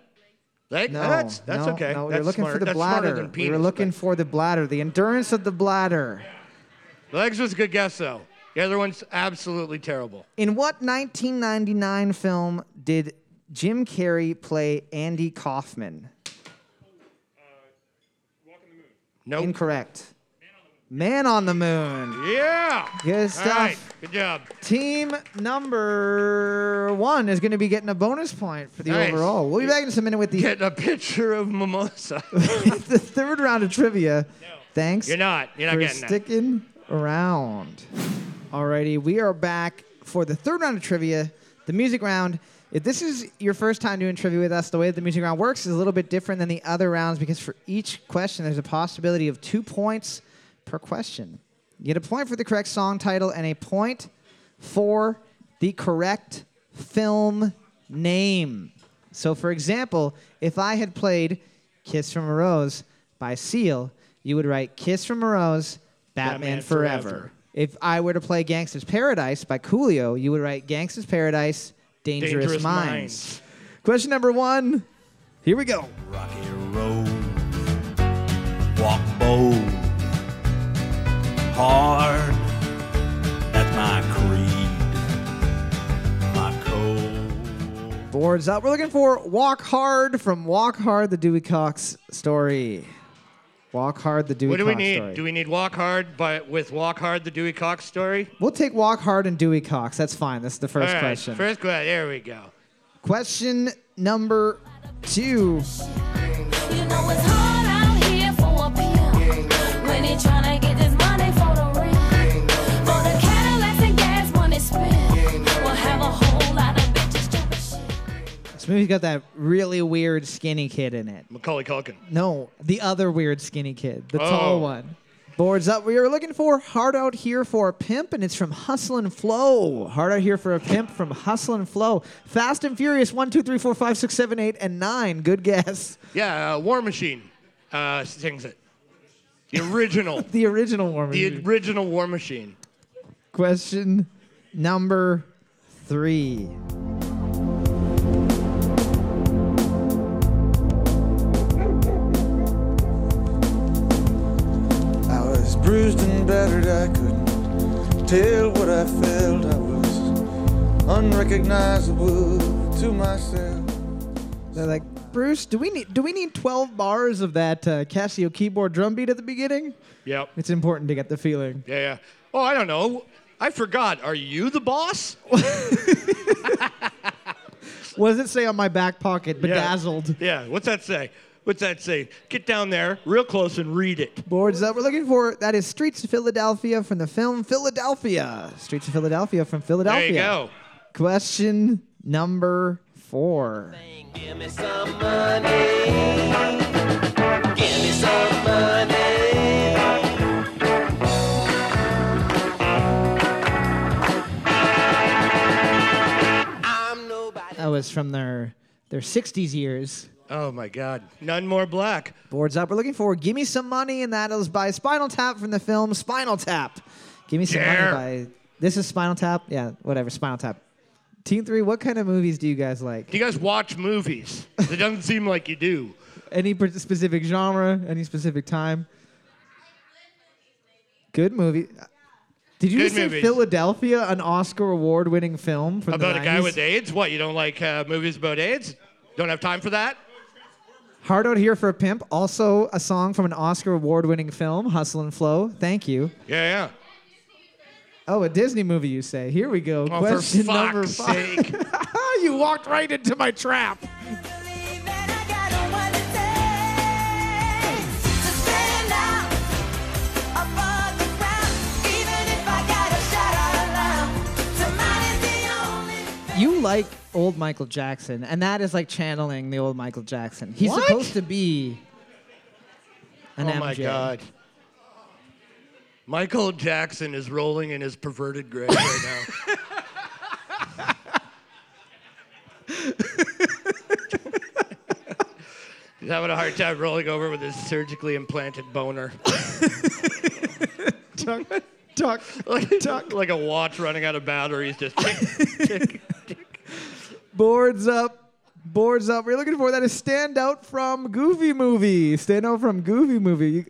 S2: Leg?
S3: No,
S2: that's that's
S3: no,
S2: okay.
S3: No, we
S2: that's
S3: were looking
S2: smart.
S3: for the
S2: that's
S3: bladder.
S2: smarter than
S3: we
S2: penis.
S3: were looking
S2: but-
S3: for the bladder, the endurance of the bladder.
S2: Legs was a good guess though. The other one's absolutely terrible.
S3: In what 1999 film did Jim Carrey play Andy Kaufman?
S2: Nope.
S3: Incorrect. Man on the Moon.
S2: yeah.
S3: Good
S2: All right.
S3: stuff.
S2: Good job.
S3: Team number one is going to be getting a bonus point for the
S2: Nice.
S3: overall. We'll be back in just a minute with the,
S2: Get a picture of mimosa.
S3: the third round of trivia. Thanks.
S2: You're not. You're not
S3: for
S2: getting that.
S3: sticking around. Alrighty, we are back for the third round of trivia, the music round. If this is your first time doing trivia with us, the way that the music round works is a little bit different than the other rounds because for each question, there's a possibility of two points per question. You get a point for the correct song title and a point for the correct film name. So, for example, if I had played Kiss from a Rose by Seal, you would write Kiss from a Rose, Batman,
S2: Batman
S3: Forever.
S2: Forever.
S3: If I were to play Gangster's Paradise by Coolio, you would write Gangster's Paradise, Dangerous,
S2: Dangerous
S3: Minds. Question number one. Here we go.
S4: Rocky road, walk bold, hard. That's my creed, my code.
S3: Boards up. We're looking for Walk Hard from Walk Hard, the Dewey Cox story. Walk Hard, the Dewey
S2: What do
S3: Cox
S2: we need?
S3: story.
S2: Do we need Walk Hard by, with Walk Hard, the Dewey Cox story?
S3: We'll take Walk Hard and Dewey Cox. That's fine. That's the first
S2: All right,
S3: question.
S2: First question. There we go.
S3: Question number two.
S5: You know it's hard out here for a pimp when they tryna get this money for the rent, for the Cadillacs and gas money spent. We'll have a whole lot of bitches jumping shit.
S3: This movie's got that really weird skinny kid in it.
S2: Macaulay Culkin.
S3: No, the other weird skinny kid, the tall
S2: Oh.
S3: one. Boards up. We are looking for Hard Out Here for a Pimp, and it's from Hustle and Flow. Hard Out Here for a Pimp from Hustle and Flow. Fast and Furious 1, 2, 3, 4, 5, 6, 7, 8, and 9. Good guess.
S2: Yeah, uh, War Machine uh, sings it. The original.
S3: The original War
S2: the
S3: Machine.
S2: original War Machine.
S3: Question number three.
S6: I was bruised and battered, I couldn't tell what I felt. I was unrecognizable to myself.
S3: They're like, Bruce, do we need do we need 12 bars of that uh, Casio keyboard drum beat at the beginning?
S2: Yep.
S3: It's important to get the feeling.
S2: Yeah, yeah. Oh, I don't know. I forgot. Are you the boss?
S3: What does it say on my back pocket? Bedazzled.
S2: Yeah. What's that say? What's that say? Get down there, real close, and read it.
S3: Boards that we're looking for. That is Streets of Philadelphia from the film Philadelphia. Streets of Philadelphia from Philadelphia.
S2: There you go.
S3: Question number four.
S7: Give me some money. Give me some money. I'm nobody.
S3: That was from their their 60s years.
S2: Oh my God. None more black.
S3: Boards up. We're looking for "Give Me Some Money," and that is by Spinal Tap from the film Spinal Tap. "Give Me Some
S2: Yeah.
S3: Money" by this is Spinal Tap. Yeah, whatever. Spinal Tap. Team three. What kind of movies do you guys like?
S2: Do you guys watch movies? It doesn't seem like you do.
S3: Any per- specific genre? Any specific time? Good movie. Did you
S2: Good
S3: just say
S2: movies.
S3: Philadelphia, an Oscar award-winning film from
S2: About
S3: the
S2: a guy
S3: 90s?
S2: with AIDS? What? You don't like uh, movies about AIDS? Don't have time for that?
S3: Hard Out Here for a Pimp, also a song from an Oscar award-winning film, Hustle and Flow. Thank you.
S2: Yeah, yeah.
S3: Oh, a Disney movie, you say? Here we go.
S2: Oh,
S3: Question
S2: for
S3: number
S2: fuck's
S3: five.
S2: sake.
S3: you walked right into my trap.
S5: Believe that I got what it takes to stand out above the crowd, even if I gotta shout out loud. Tonight is the only.
S3: You like old Michael Jackson, and that is like channeling the old Michael Jackson. He's
S2: What?
S3: supposed to be an
S2: oh my
S3: MJ.
S2: God. Michael Jackson is rolling in his perverted grave right now. He's having a hard time rolling over with his surgically implanted boner.
S3: Tuck, tuck,
S2: Like,
S3: tuck.
S2: like a watch running out of batteries, just
S3: Boards up. Boards up. We're looking for that is stand out from Goofy Movie. Stand out from Goofy Movie.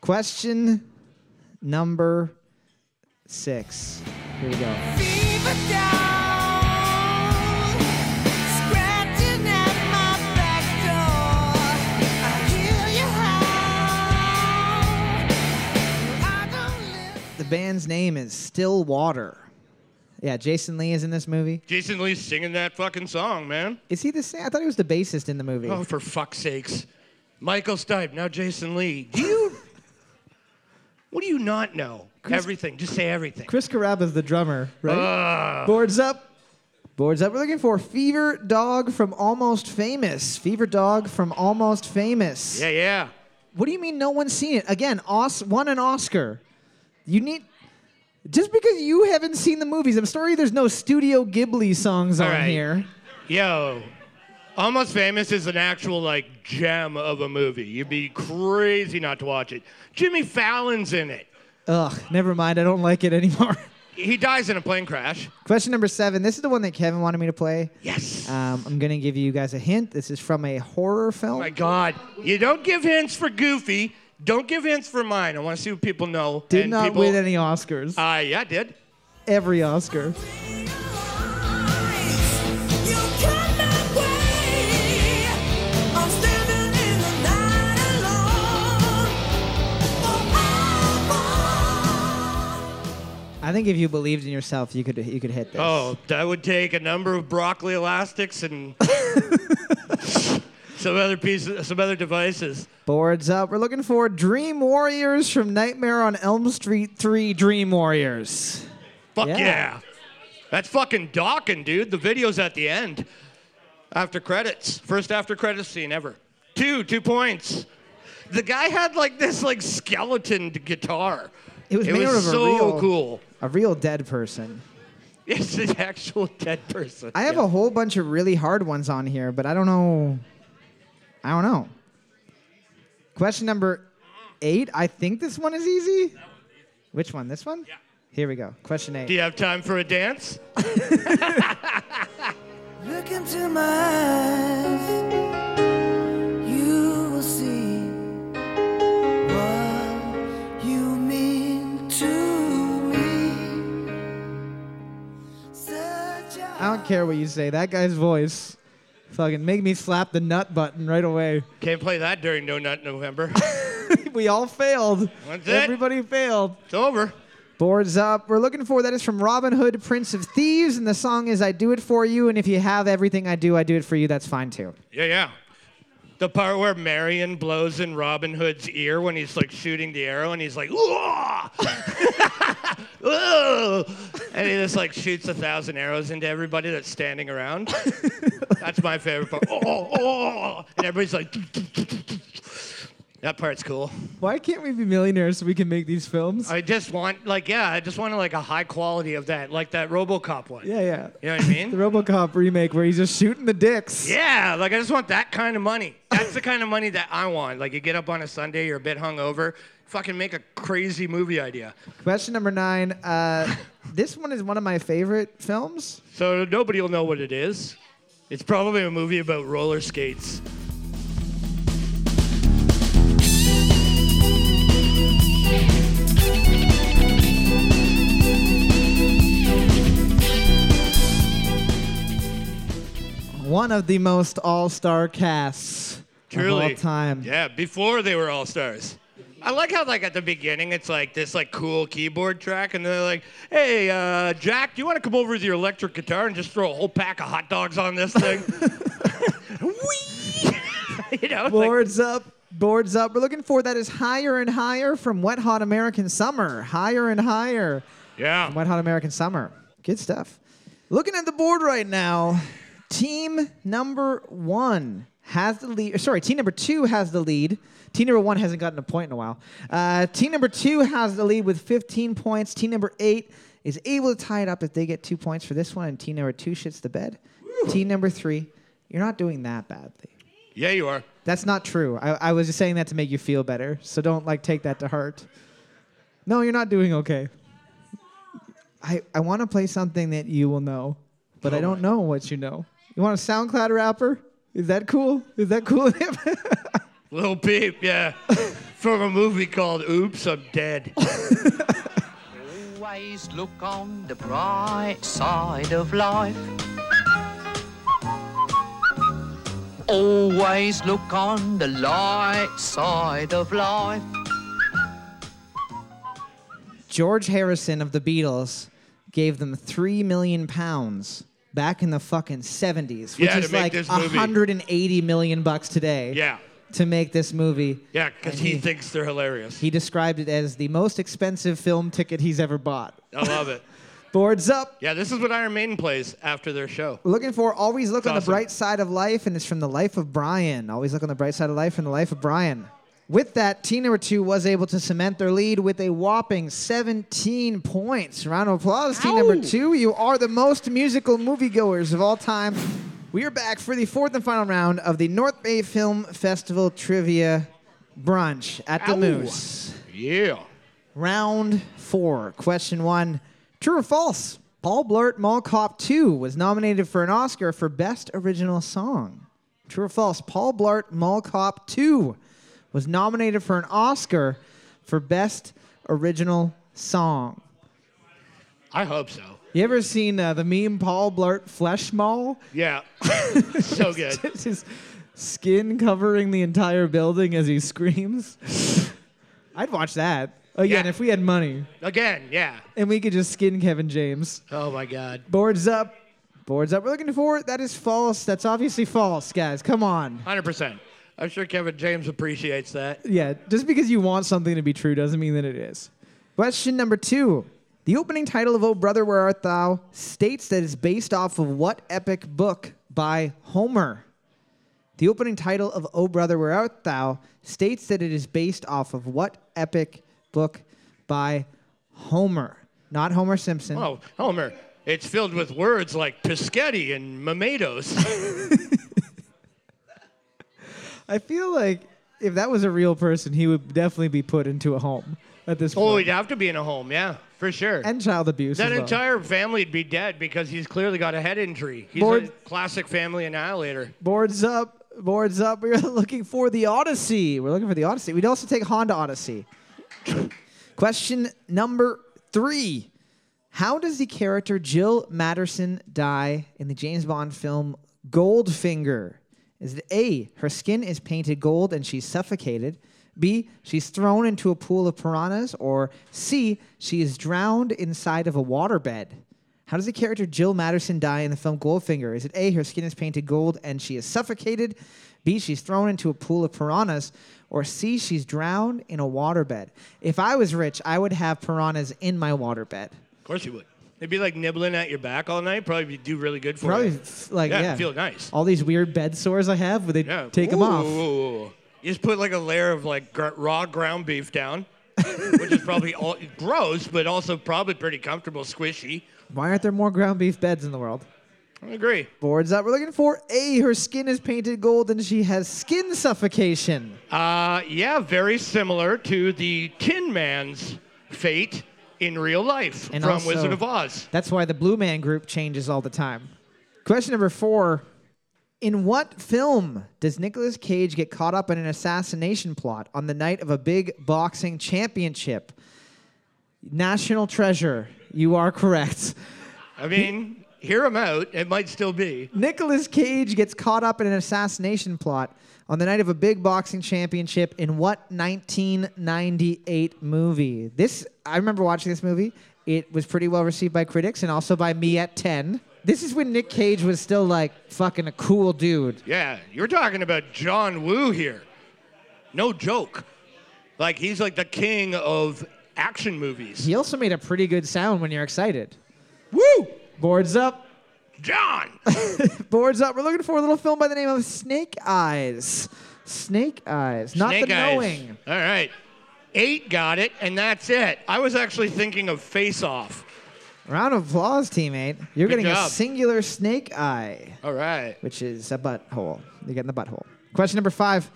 S3: Question number six. Here we go.
S5: Fever down, scratching at my back door. I hear you howl. I don't live.
S3: The band's name is Still Water. Yeah, Jason Lee is in this movie.
S2: Jason Lee's singing that fucking song, man.
S3: Is he the same? I thought he was the bassist in the movie.
S2: Oh, for fuck's sakes. Michael Stipe, now Jason Lee. Do you. what do you not know? everything. Just say everything.
S3: Chris Caraba's the drummer, right?
S2: Ah,
S3: Boards up. Boards up. We're looking for Fever Dog from Almost Famous. Fever Dog from Almost Famous.
S2: yeah, yeah.
S3: What do you mean no one's seen it? Again, Os- won an Oscar. You need. Just because you haven't seen the movies, I'm sorry there's no Studio Ghibli songs on
S2: right.
S3: here.
S2: Yo. Almost Famous is an actual like gem of a movie. You'd be crazy not to watch it. Jimmy Fallon's in it.
S3: Ugh, never mind. I don't like it anymore.
S2: He dies in a plane crash.
S3: Question number seven. This is the one that Kevin wanted me to play.
S2: Yes.
S3: Um, I'm going to give you guys a hint. This is from a horror film.
S2: My God. You don't give hints for Goofy. Don't give hints for mine. I want to see what people know.
S3: Did
S2: and
S3: not
S2: people,
S3: win any Oscars.
S2: Uh, yeah, I did.
S3: Every Oscar.
S5: You cannot wait. I'm standing in the night alone. Oh,
S3: I think if you believed in yourself, you could you could hit this.
S2: Oh, that would take a number of broccoli elastics and some other pieces, some other devices.
S3: Boards up. We're looking for Dream Warriors from Nightmare on Elm Street 3 Dream Warriors.
S2: Fuck
S3: Yeah.
S2: yeah. That's fucking docking, dude. The video's at the end. After credits. First after credits scene ever. Two, two points. The guy had like this like skeleton guitar.
S3: It was
S2: it
S3: made
S2: was
S3: out of
S2: so
S3: a real,
S2: cool.
S3: a real dead person.
S2: It's an actual dead person.
S3: I have a whole bunch of really hard ones on here, but I don't know. I don't know. Question number eight. I think this one is easy. Which one? This one? Yeah. Here we go. Question eight.
S2: Do you have time for a dance?
S8: Look into my eyes, you will see what you mean to me. Such a
S3: I don't care what you say. That guy's voice fucking make me slap the nut button right away.
S2: Can't play that during No Nut November.
S3: we all failed.
S2: That's it.
S3: Everybody failed.
S2: it's over.
S3: Boards up. We're looking for that is from Robin Hood, Prince of Thieves, and the song is I Do It For You. And if you have everything I do, I do it for you, that's fine too.
S2: Yeah, yeah. The part where Marion blows in Robin Hood's ear when he's like shooting the arrow and he's like, "Whoa!" Whoa! and he just like shoots a thousand arrows into everybody that's standing around. that's my favorite part. Oh, oh, and everybody's like, that part's cool.
S3: Why can't we be millionaires so we can make these films?
S2: I just want like, yeah, I just wanted like a high quality of that, like that RoboCop one.
S3: yeah, yeah.
S2: You know what I mean?
S3: The Robocop remake where he's just shooting the dicks.
S2: Yeah, like I just want that kind of money. That's the kind of money that I want. Like you get up on a Sunday, you're a bit hungover, fucking make a crazy movie idea.
S3: Question number nine. Uh, this one is one of my favorite films.
S2: So nobody will know what it is. It's probably a movie about roller skates.
S3: One of the most all-star casts
S2: Truly.
S3: of all time.
S2: Yeah, before they were all stars. I like how like at the beginning it's like this like cool keyboard track and they're like, "Hey, uh, Jack, do you want to come over with your electric guitar and just throw a whole pack of hot dogs on this thing?" Whee! you know, it's like,
S3: Boards up, boards up. We're looking for that is higher and higher from Wet Hot American Summer. Higher and higher.
S2: yeah.
S3: Wet Hot American Summer. Good stuff. Looking at the board right now, team number one has the lead. or Sorry, team number two has the lead. Team number one hasn't gotten a point in a while. Uh, team number two has the lead with 15 points. Team number eight is able to tie it up if they get two points for this one, and team number two shits the bed. Team number three, you're not doing that badly.
S2: Yeah, you are.
S3: That's not true. I, I was just saying that to make you feel better. So don't like take that to heart. No, you're not doing okay. I I want to play something that you will know, but
S2: Oh
S3: I don't know what you know. You want a SoundCloud rapper? Is that cool? Is that cool?
S2: Little Peep, yeah. From a movie called Oops, I'm Dead.
S8: Always look on the bright side of life. Always look on the light side of life.
S3: George Harrison of the Beatles gave them three million pounds back in the fucking 70s, which
S2: Yeah, to
S3: is
S2: make
S3: like
S2: this movie.
S3: 180 million bucks today.
S2: Yeah,
S3: To make this movie.
S2: yeah, because he thinks they're hilarious.
S3: He described it as the most expensive film ticket he's ever bought.
S2: I love it.
S3: Boards up.
S2: Yeah, this is what Iron Maiden plays after their show.
S3: We're looking for Always Look on the
S2: awesome.
S3: Bright Side of Life, and it's from The Life of Brian. Always Look on the Bright Side of Life from The Life of Brian. With that, team number two was able to cement their lead with a whopping 17 points. Round of applause, team number two. You are the most musical moviegoers of all time. We are back for the fourth and final round of the North Bay Film Festival Trivia Brunch at the
S2: Ow.
S3: Moose.
S2: Yeah.
S3: Round four. Question one True or false? Paul Blart Mall Cop 2 was nominated for an Oscar for Best Original Song. True or false? Paul Blart Mall Cop 2 was nominated for an Oscar for Best Original Song.
S2: I hope so.
S3: You ever seen uh, the meme Paul Blart Flesh Mall?
S2: Yeah. so good.
S3: It's his skin covering the entire building as he screams. I'd watch that. Again,
S2: Yeah.
S3: if we had money
S2: Again, yeah.
S3: and we could just skin Kevin James.
S2: Oh my God.
S3: Boards up. Boards up. We're looking for it. That is false. That's obviously false, guys. Come on.
S2: 100%. I'm sure Kevin James appreciates that.
S3: Yeah, just because you want something to be true doesn't mean that it is. Question number two. The opening title of Oh Brother Where Art Thou states that it's based off of what epic book by Homer? The opening title of O Brother Where Art Thou states that it is based off of what epic book by Homer? Not Homer Simpson.
S2: Oh, Homer, it's filled with words like Pischetti and Mementos.
S3: I feel like if that was a real person, he would definitely be put into a home at this
S2: oh,
S3: point.
S2: he'd have to be in a home, yeah, for sure.
S3: And child abuse.
S2: that
S3: as well.
S2: entire family'd be dead because he's clearly got a head injury. He's a
S3: Lord-
S2: classic family annihilator.
S3: Boards up, boards up. We're looking for the Odyssey. We're looking for the Odyssey. We'd also take Honda Odyssey. Question number three How does the character Jill Matterson die in the James Bond film Goldfinger? Is it A, her skin is painted gold and she's suffocated? B, she's thrown into a pool of piranhas? Or C, she is drowned inside of a waterbed? How does the character Jill Matterson die in the film Goldfinger? Is it A, her skin is painted gold and she is suffocated? B, she's thrown into a pool of piranhas? Or C, she's drowned in a waterbed? If I was rich, I would have piranhas in my waterbed.
S2: Of course he would. It'd be like nibbling at your back all night. Probably do really good for
S3: Probably
S2: you.
S3: f- like,
S2: Yeah,
S3: yeah.
S2: feel nice.
S3: All these weird bed sores I have, would they
S2: Yeah.
S3: take them
S2: Ooh,
S3: off?
S2: ooh, ooh, ooh. You just put like a layer of like gr- raw ground beef down, which is probably all, gross, but also probably pretty comfortable, squishy.
S3: Why aren't there more ground beef beds in the world?
S2: I agree.
S3: Boards up. We're looking for A, her skin is painted gold and she has skin suffocation.
S2: Uh, yeah, very similar to the Tin Man's fate in real life
S3: And
S2: from
S3: also-
S2: Wizard of Oz.
S3: That's why the Blue Man Group changes all the time. Question number four In what film does Nicolas Cage get caught up in an assassination plot on the night of a big boxing championship? National Treasure. You are correct.
S2: I mean, hear him out. It might still be.
S3: Nicolas Cage gets caught up in an assassination plot on the night of a big boxing championship in what 1998 movie? This I remember watching this movie. It was pretty well received by critics and also by me at 10. This is when Nick Cage was still like fucking a cool dude.
S2: Yeah, you're talking about John Woo here. No joke. Like, he's like the king of action movies.
S3: He also made a pretty good sound when you're excited.
S2: Woo!
S3: Boards up.
S2: John!
S3: Boards up. We're looking for a little film by the name of Snake Eyes. Snake Eyes, not
S2: Snake
S3: the
S2: Eyes.
S3: knowing.
S2: All right. Eight got it, and that's it. I was actually thinking of Face Off.
S3: Round of applause, teammate. You're
S2: Good
S3: getting a
S2: job.
S3: singular snake eye.
S2: All right.
S3: which is a butthole. You get in the butthole. Question number five.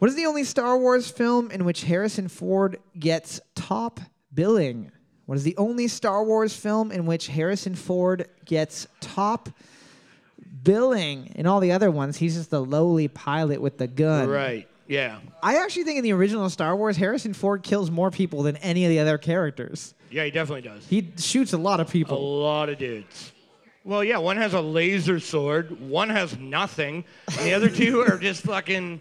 S3: What is the only Star Wars film in which Harrison Ford gets top billing? What is the only Star Wars film in which Harrison Ford gets top billing? In all the other ones, he's just the lowly pilot with the gun.
S2: Right. Yeah.
S3: I actually think in the original Star Wars, Harrison Ford kills more people than any of the other characters.
S2: Yeah, he definitely does.
S3: He shoots a lot of
S2: A
S3: people.
S2: lot of dudes. Well, yeah, one has a laser sword, one has nothing, and the other two are just fucking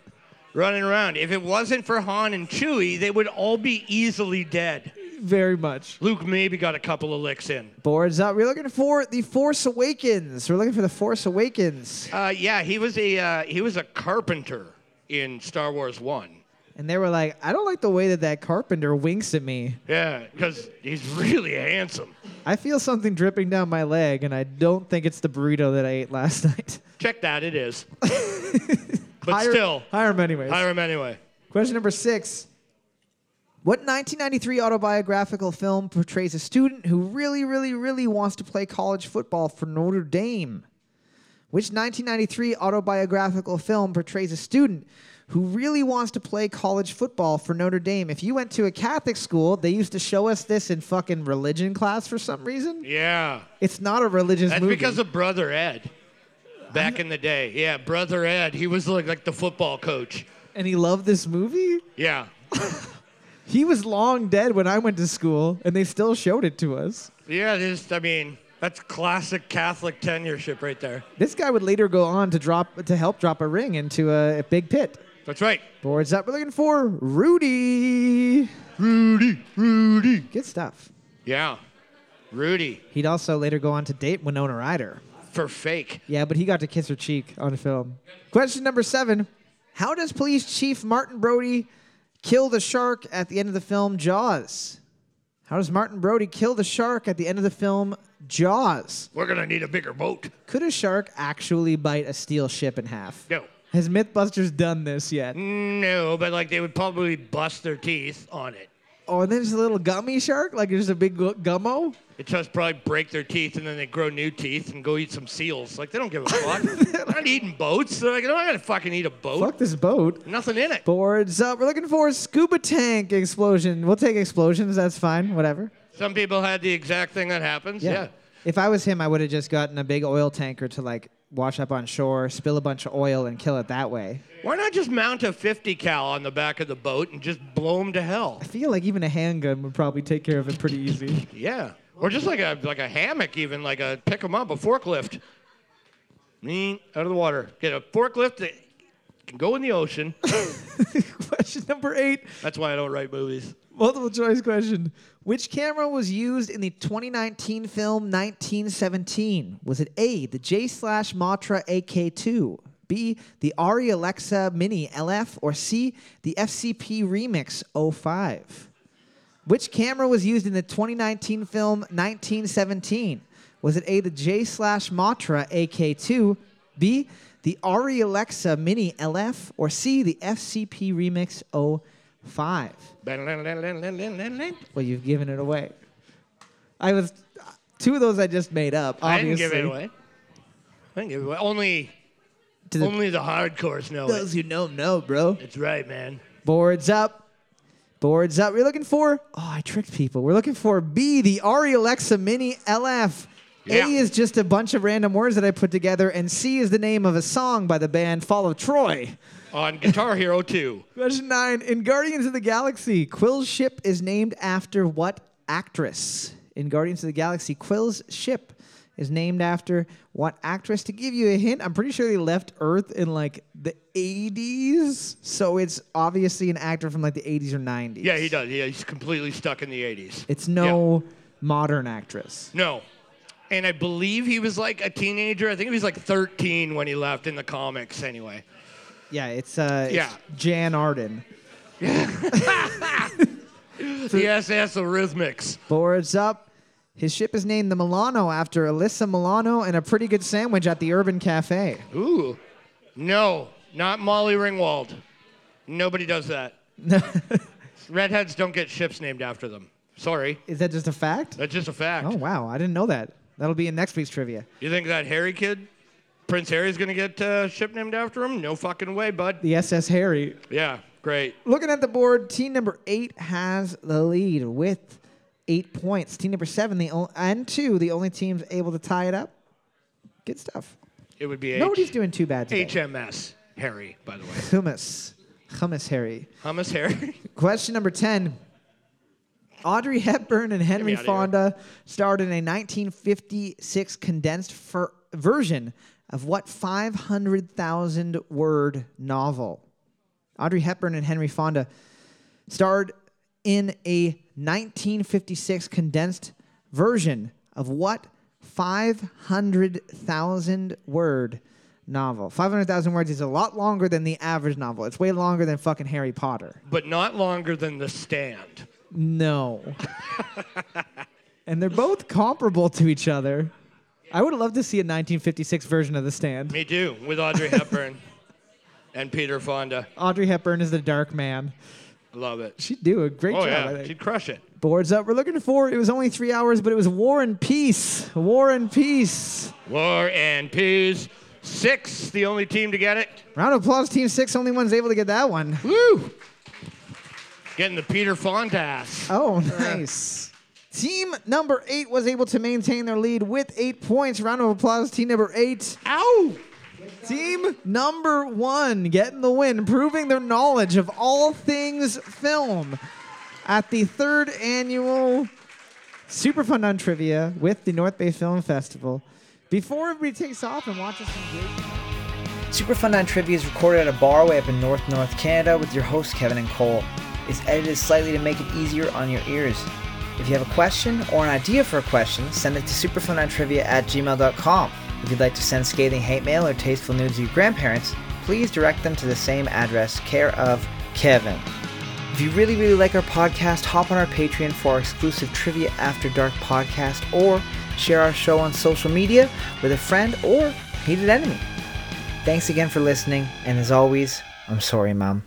S2: running around. If it wasn't for Han and Chewie, they would all be easily dead.
S3: Very much.
S2: Luke maybe got a couple of licks in.
S3: Boards up. We're looking for the Force Awakens. We're looking for the Force Awakens.
S2: Uh, yeah, he was a uh, he was a carpenter in Star Wars One.
S3: And they were like, I don't like the way that that carpenter winks at me.
S2: Yeah, because he's really handsome.
S3: I feel something dripping down my leg, and I don't think it's the burrito that I ate last night.
S2: Check that, it is. but
S3: hire,
S2: still,
S3: Hire him anyways.
S2: hire him anyway.
S3: Question number six. What 1993 autobiographical film portrays a student who really, really, really wants to play college football for Notre Dame? Which 1993 autobiographical film portrays a student who really wants to play college football for Notre Dame? If you went to a Catholic school, they used to show us this in fucking religion class for some reason.
S2: Yeah.
S3: It's not a religious
S2: That's
S3: movie.
S2: because of Brother Ed. Back in the day, yeah, Brother Ed, he was like, like the football coach.
S3: and he loved this movie?
S2: Yeah,
S3: He was long dead when I went to school, and they still showed it to us.
S2: yeah. This, I mean, that's classic Catholic tenureship right there.
S3: This guy would later go on to drop to help drop a ring into a, a big pit.
S2: That's right.
S3: Boards up. We're looking for Rudy.
S2: Rudy, Rudy.
S3: Good stuff.
S2: Yeah, Rudy
S3: He'd also later go on to date Winona Ryder.
S2: for fake.
S3: Yeah, but he got to kiss her cheek on film. Question number seven: How does police chief Martin Brody kill the shark at the end of the film Jaws? How does Martin Brody kill the shark at the end of the film Jaws.
S2: We're gonna need a bigger boat.
S3: Could a shark actually bite a steel ship in half?
S2: No.
S3: Has Mythbusters done this yet?
S2: No, but like they would probably bust their teeth on it.
S3: Oh, and then there's a little gummy shark? Like there's a big gu- gummo?
S2: It just probably break their teeth and then they grow new teeth and go eat some seals. Like they don't give a fuck. They're not eating boats. They're like, no, I gotta fucking eat a boat.
S3: Fuck this boat.
S2: Nothing in it.
S3: Boards up. We're looking for a scuba tank explosion. We'll take explosions. That's fine. Whatever.
S2: Some people had the exact thing that happens. Yeah.
S3: If I was him, I would have just gotten a big oil tanker to like wash up on shore, spill a bunch of oil, and kill it that way.
S2: Why not just mount a 50 cal on the back of the boat and just blow them to hell?
S3: I feel like even a handgun would probably take care of it pretty easy.
S2: Yeah. Or just like a like a hammock, even like a pick 'em up, a forklift. Mm, out of the water. Get a forklift that can go in the ocean.
S3: question number eight
S2: That's why I don't write movies.
S3: multiple choice question. Which camera was used in the 2019 film 1917? Was it A, the J slash Matra AK2? B, the Ari Alexa Mini LF? Or C, the FCP Remix 05? Which camera was used in the 2019 film 1917? Was it A, the J slash Matra AK2? B, the Ari Alexa Mini LF? Or C, the FCP Remix 05? Well, you've given it away. I was two of those I just made up.
S2: I
S3: Obviously,
S2: didn't give it away. I didn't give it away. Only,
S3: To the-
S2: only the hardcores know
S3: Those
S2: it.
S3: who know know, bro.
S2: It's right, man.
S3: Boards up, boards up. We're looking for. Oh, I tricked people. We're looking for B, the Ari Alexa Mini LF.
S2: Yeah.
S3: A is just a bunch of random words that I put together, and C is the name of a song by the band Follow Troy.
S2: On Guitar Hero 2.
S3: Question nine. In Guardians of the Galaxy, Quill's ship is named after what actress? In Guardians of the Galaxy, Quill's ship is named after what actress? To give you a hint, I'm pretty sure they left Earth in like the 80s. So it's obviously an actor from like the 80s or 90s.
S2: Yeah, he does. Yeah, he's completely stuck in the 80s.
S3: It's no modern actress.
S2: No. And I believe he was like a teenager. I think he was like 13 when he left in the comics, anyway.
S3: Yeah, it's, uh, it's
S2: Yeah.
S3: Jan Arden.
S2: The SS Arrhythmics.
S3: Boards up. His ship is named the Milano after Alyssa Milano and a pretty good sandwich at the Urban Cafe.
S2: Ooh. No, not Molly Ringwald. Nobody does that. Redheads don't get ships named after them. Sorry.
S3: Is that just a fact?
S2: That's just a fact.
S3: Oh wow, I didn't know that. That'll be in next week's trivia.
S2: You think that Harry kid, Prince Harry's gonna get uh, ship named after him? No fucking way, bud.
S3: The SS Harry.
S2: Yeah, great.
S3: Looking at the board, team number eight has the lead with eight points. Team number seven, the on- and two, the only teams able to tie it up. Good stuff.
S2: It would be H-
S3: Nobody's doing too bad today.
S2: HMS Harry, by the way.
S3: Hummus, hummus Harry.
S2: Hummus Harry.
S3: Question number 10. Audrey Hepburn and Henry
S2: outta here.
S3: Fonda starred in a 1956 condensed fir- version of what 500,000 word novel? Audrey Hepburn and Henry Fonda starred in a 1956 condensed version of what 500,000 word novel? 500,000 words is a lot longer than the average novel. It's way longer than fucking Harry Potter.
S2: but not longer than the stand.
S3: No. and they're both comparable to each other. I would love to see a 1956 version of The Stand.
S2: Me too, with Audrey Hepburn and Peter Fonda.
S3: Audrey Hepburn is the dark man.
S2: Love it.
S3: She'd do a great
S2: Oh
S3: job, I
S2: yeah,
S3: think.
S2: she'd crush it.
S3: Boards up. We're looking for it was only three hours, but it was War and Peace. War and Peace.
S2: War and peace. Six, the only team to get it.
S3: Round of applause, Team Six. Only one's able to get that one.
S2: Woo! Getting the Peter Fonda ass.
S3: Oh, nice. Team number eight was able to maintain their lead with eight points. Round of applause, team number eight.
S2: Ow!
S3: Team number one getting the win, proving their knowledge of all things film at the third annual Superfund on Trivia with the North Bay Film Festival. Before everybody takes off and watches some great. Superfund on Trivia is recorded at a bar way up in North North Canada with your hosts Kevin and Cole. It's edited slightly to make it easier on your ears. If you have a question or an idea for a question, send it to superfunontrivia at gmail.com. If you'd like to send scathing hate mail or tasteful news to your grandparents, please direct them to the same address, care of Kevin. If you really, really like our podcast, hop on our Patreon for our exclusive Trivia After Dark podcast or share our show on social media with a friend or hated enemy. Thanks again for listening, and as always, I'm sorry, Mom.